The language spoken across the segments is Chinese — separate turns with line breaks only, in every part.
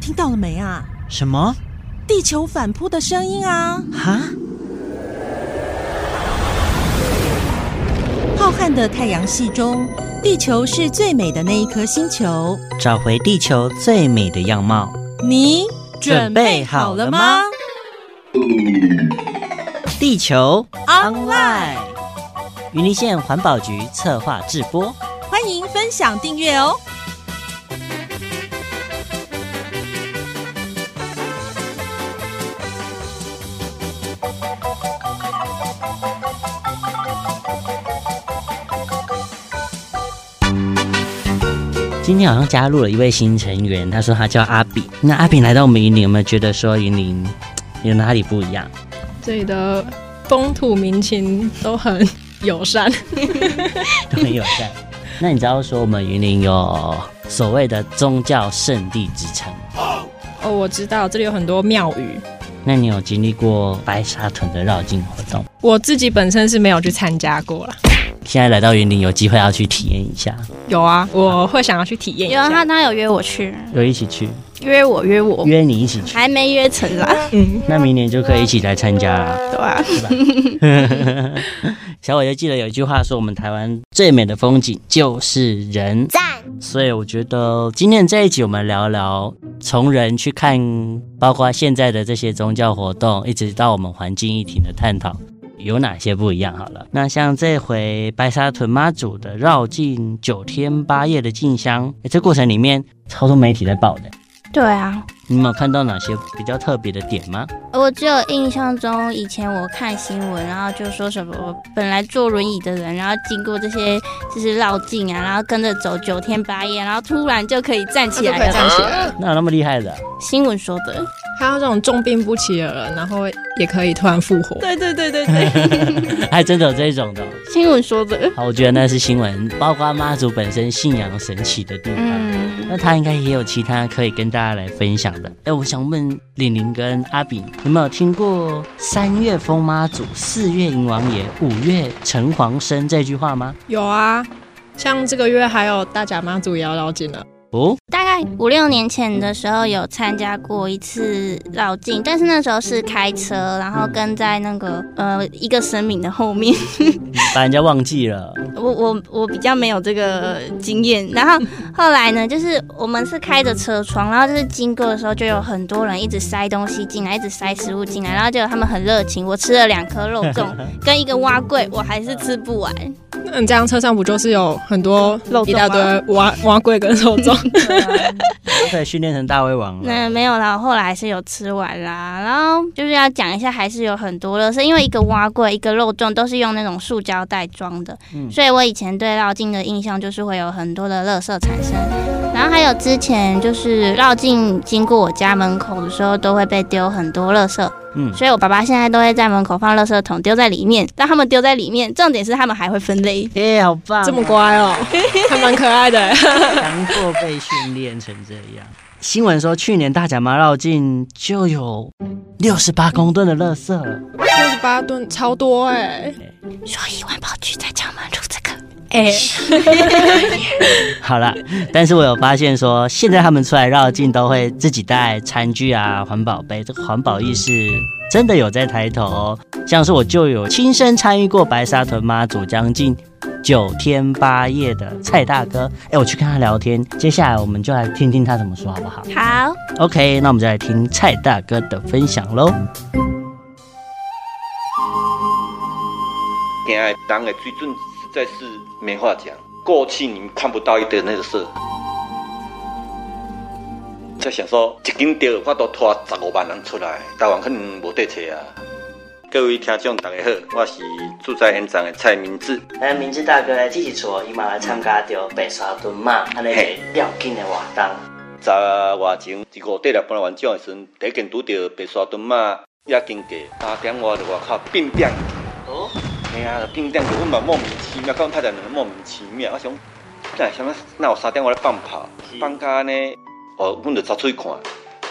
听到了没啊？
什么？
地球反扑的声音啊！
哈？
浩瀚的太阳系中，地球是最美的那一颗星球。
找回地球最美的样貌。
你
准备好了吗地球
Online
云林县环保局策划制播。
欢迎分享订阅哦。
今天好像加入了一位新成员，他说他叫阿炳。那阿炳来到我们云林，有没有觉得说云林有哪里不一样？
这里的风土民情都很友善，
都很友 善。那你知道说我们云林有所谓的宗教圣地之称？
哦，我知道这里有很多庙宇，
那你有经历过白沙屯的绕境活动？
我自己本身是没有去参加过啦。
现在来到云林，有机会要去体验一下，
有啊，我会想要去体验一
有啊，他
下。
他有约我去，
有一起去，
约我约我，
约你一起去，
还没约成啊啦，
嗯，
那明年就可以一起来参加啦。
对啊，
小伟就记得有一句话说，我们台湾最美的风景就是人。所以我觉得今天这一集我们聊聊从人去看，包括现在的这些宗教活动，一直到我们环境议题的探讨。有哪些不一样？好了，那像这回白沙屯妈祖的绕境九天八夜的进香，诶这过程里面超多媒体在报的，
对啊。
你们有看到哪些比较特别的点吗？
我只有印象中，以前我看新闻，然后就说什么本来坐轮椅的人，然后经过这些就是绕境啊，然后跟着走九天八夜，然后突然就可以站起
啊
来 了。
起来。
哪有那么厉害的？
新闻说的，
还有这种重病不起的人，然后也可以突然复活。
对对对对对，
还真的有这种的哦、
新闻说的。
好，我觉得那是新闻，包括妈祖本身信仰神奇的地方。
嗯，
那他应该也有其他可以跟大家来分享的。哎，我想问玲玲跟阿炳，你们有听过“三月风妈祖，四月迎王爷，五月城隍生”这句话吗？
有啊，像这个月还有大甲妈祖也要绕境了。
哦，
大概五六年前的时候有参加过一次绕境，但是那时候是开车，然后跟在那个呃一个神明的后面。
把人家忘记了。
我我我比较没有这个经验，然后后来呢，就是我们是开着车窗，然后就是经过的时候，就有很多人一直塞东西进来，一直塞食物进来，然后就他们很热情，我吃了两颗肉粽跟一个蛙桂，我还是吃不完。
那嗯你这样车上不就是有很多
肉粽吗
一大堆挖挖柜跟肉粽？
都可以训练成大胃王了。
那没有啦，我后来还是有吃完啦。然后就是要讲一下，还是有很多的，是因为一个蛙柜、一个肉粽都是用那种塑胶袋装的，
嗯
所以我以前对绕境的印象就是会有很多的垃圾产生。然后还有之前就是绕境经过我家门口的时候，都会被丢很多垃圾，
嗯，
所以我爸爸现在都会在门口放垃圾桶丢在里面，让他们丢在里面。重点是他们还会分类。
哎、好棒！
这么乖哦， 还蛮可爱的。欸
强迫被训练成这样。新闻说，去年大甲妈绕境就有六十八公吨的垃圾了。
六十八吨，超多哎、
所以环保局在叫我们录这个。
哎、
好啦，但是我有发现说，现在他们出来绕境都会自己带餐具啊、环保杯，这个环保意识真的有在抬头、哦。像是我就有亲身参与过白沙屯妈祖将近九天八夜的蔡大哥，哎，我去跟他聊天，接下来我们就来听听他怎么说好不好
好，
？OK，那我们就来听蔡大哥的分享喽。
今仔人的水准实在是没话讲。过去你们看不到一点那个事，在想说一斤钓我都拖十五万人出来，台湾可能无得找啊。各位听众大家好，我是住在延长的蔡明志。
咱明志大哥咧，支持
哦
我，伊嘛来参加着白沙屯嘛，安尼一个要紧的活动。
十外前，一五块六半完奖的时阵，第一件拄着白沙墩仔也经过三点外就外口变变。
哦，
嘿啊，变变去，阮嘛莫名其妙，甲阮拍两个莫名其妙，我想，哪有啥物，哪有三点外咧放炮
是，
放假安尼，哦，阮就走出去看，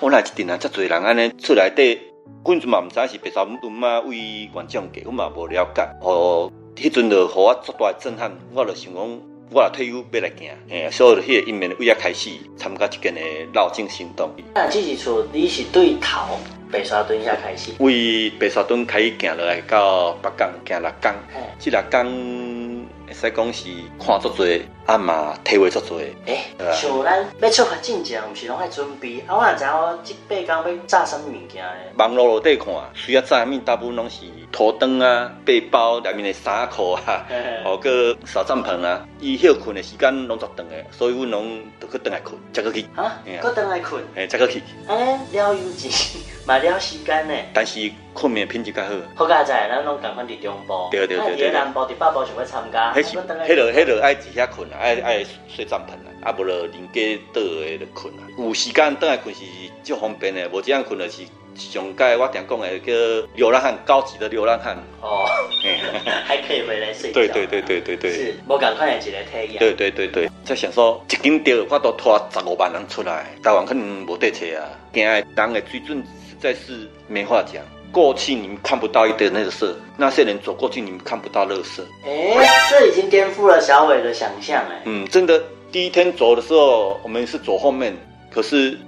我来一阵啊，遮侪人安尼厝内底，阮阵嘛毋知是白沙墩仔为原奖过，阮嘛无了解，哦，迄阵就互我足大的震撼，我就想讲，我若退休要来行，嘿，所以就迄个因缘为啊开始参加即间的绕境行动，
那这一厝你是对头白沙墩下开始，
为白沙墩开始行落来到北港，行六港，
嘿，
即六港会使讲是看足多，啊嘛体会足多。
诶、
对啊
像咱要出发进前，毋是拢爱准备，啊，我若知影我即八天要炸什么物件咧？
网络落底看，虽然早面大部分拢是土灯啊、背包内面的衫裤啊，
嘿
哦，个扫帐篷啊，伊休困的时间拢足长的，所以阮拢着去倒来困，才去去，
啊
嘿，啊
搁等来困，
诶，才去去。
安尼了有钱， 嘛了时间呢。
但是困眠品质较好，
好佳哉，咱拢共款伫中部，啊
对对对
咱伫
对对
南部、伫北部想要参加，
迄是
啊搁回来
迄落迄落爱伫遐困啊，爱爱睡帐篷啊，啊无就邻家倒的就困啊。有时间倒来困是足方便的，无这样困就是上届我听讲的叫流浪汉，高级的流浪汉。
哦，
嘿
还可以回来睡觉。
对对对对对对。
是无共款的一个体验。
对对对对，啊才想说一间店我都拖十五万人出来，台湾可能无得找啊，惊的人的水准实在是没话讲。过去你们看不到一点垃圾，那些人走过去你们看不到垃圾。
哎、这已经颠覆了小伟的想象哎。
嗯，真的，第一天走的时候我们是走后面，可是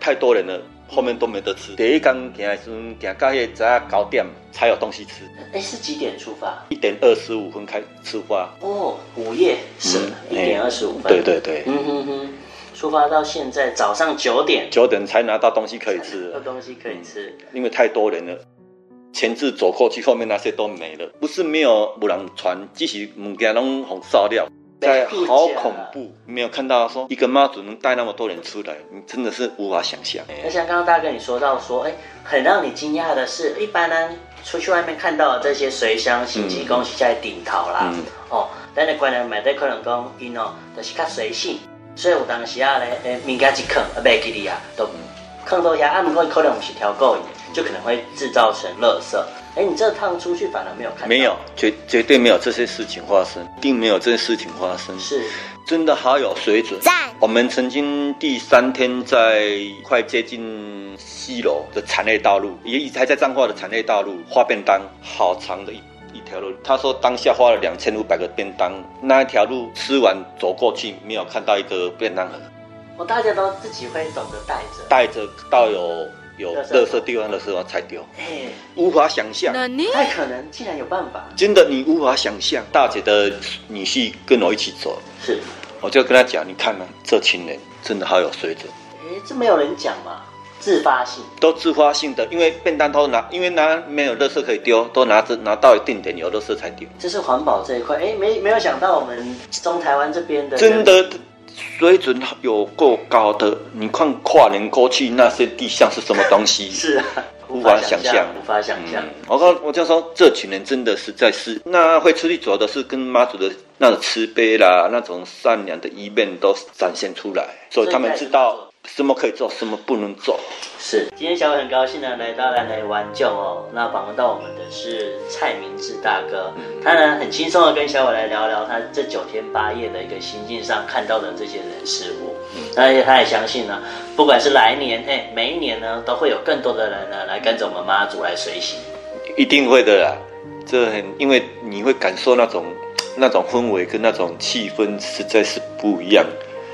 太多人了，后面都没得吃。第一天行的时候，行到迄个九点才有东西吃，
哎、是几点出发？
一点二十五分开吃饭。
哦，午夜是
嗯
一点二十五分。
对，对对，
嗯哼哼，出发到现在早上九点，
九点才拿到东西可以吃
有。东西可以吃。
因为太多人了，前置走过去，后面那些都没了。不是没有无人传，只是物件拢红烧掉，在好恐怖，没有看到说一个妈祖能带那么多人出来，你真的是无法想象。
而且刚刚大哥你说到说，哎、很让你惊讶的是，一般呢出去外面看到的这些随箱、行济公是在顶头啦，
嗯
哦，咱的观念买在可能讲，因哦，就是较随性，所以有当时啊咧，诶，物件一坑啊，袂记哩啊，都坑到遐，啊，不过可能不是挑购的，就可能会制造成垃圾。哎、你这趟出去反而没有看到，
没有，绝绝对没有这些事情发生，并没有这些事情发生，
是
真的好有水准。我们曾经第三天在快接近西楼的产业道路，也还在彰化的产业道路画便当，好长的一一条路。他说当下花了两千五百个便当，那一条路吃完走过去，没有看到一个便当盒，
我大家都自己会懂得带着，
带着到有有垃圾地方的时候才丢，
哎、
无法想象。
那你
不太可能，竟然有办法，
真的，你无法想象。大姐的女婿跟我一起走，
是，
我就跟他讲：“你看呢、这群人真的好有水准。”
哎、这没有人讲嘛，自发性。
都自发性的，因为便当都拿，因为拿没有垃圾可以丢，都拿着拿到一定点有垃圾才丢。
这是环保这一块，哎，没没有想到我们中台湾这边的
真的水准有够高的，你看跨年过去那些地上是什么东西？
是啊，
无法想象
无法想象
嗯。，我告我就说，这群人真的实在是，那会出去走的是跟妈祖的那种慈悲啦，那种善良的一面都展现出来，所以他们知道什么可以做，什么不能做。
是，今天小伟很高兴呢，来到蓝莓玩救哦。那访问到我们的是蔡明志大哥，他呢很轻松的跟小伟来聊聊他这九天八夜的一个心境上看到的这些人事物。而且他也相信呢，不管是来年，哎，每一年呢都会有更多的人呢来跟着我们妈祖来随行。
一定会的啦，这很因为你会感受那种那种氛围跟那种气氛实在是不一样，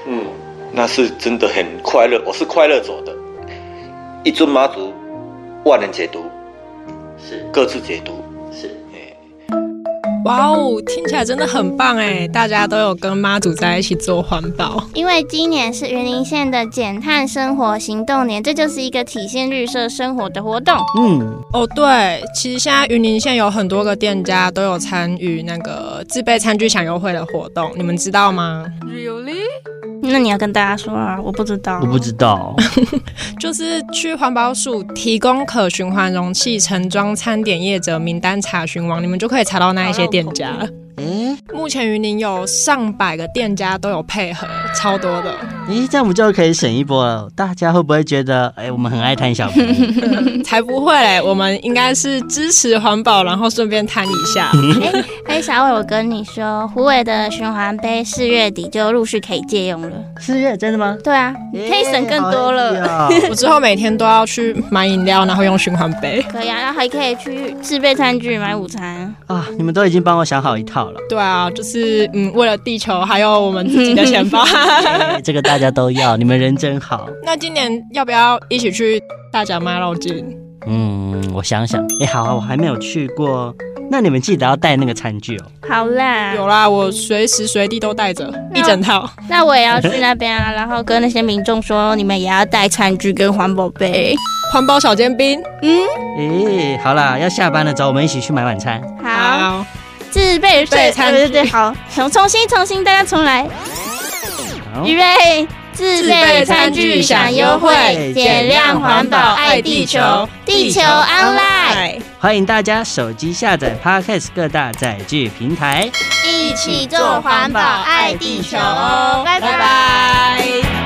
嗯，
那是真的很快乐。我是快乐走的，一尊妈祖，万人解读，
是
各自解读。
是。
哎
哇哦，听起来真的很棒哎！大家都有跟妈祖在一起做环保，
因为今年是云林县的减碳生活行动年，这就是一个体现绿色生活的活动。
嗯，
哦，对，其实现在云林县有很多个店家都有参与那个自备餐具享优惠的活动，你们知道吗？
really？
那你要跟大家说啊，我不知道，
我不知道，
就是去环保署提供可循环容器盛装餐点业者名单查询网，你们就可以查到那一些店家。
诶，
目前云林有上百个店家都有配合，超多的。
咦，这样不就可以省一波了？大家会不会觉得，哎、我们很爱贪小便宜？
才不会嘞！我们应该是支持环保，然后顺便摊一下。
哎，小伟，我跟你说，虎尾的循环杯四月底就陆续可以借用了。
四月真的吗？
对啊，你 可以省更多了。
好意义哦
我之后每天都要去买饮料，然后用循环杯。
哎
可以啊，然后还可以去自备餐具买午餐。
啊！你们都已经帮我想好一套了，
对啊，就是嗯，为了地球还有我们自己的钱 包。
哎这个大家都要，你们人真好。
那今年要不要一起去大甲妈绕境？
嗯，我想想，哎、好啊，我还没有去过，那你们记得要带那个餐具哦。
好啦，
有啦，我随时随地都带着一整套。
那我也要去那边啊，然后跟那些民众说，你们也要带餐具跟环保杯。
环保小尖兵，
哎、好啦，要下班了，找我们一起去买晚餐。
好，，自
备
备水
餐
对
具
对对，好，重重新重新，大家重来，
好
预备。自备餐具享优惠，减量环保爱地球，地球 online，
欢迎大家手机下载 Podcast 各大载具平台。
一起做环保爱地球哦，拜拜。
拜。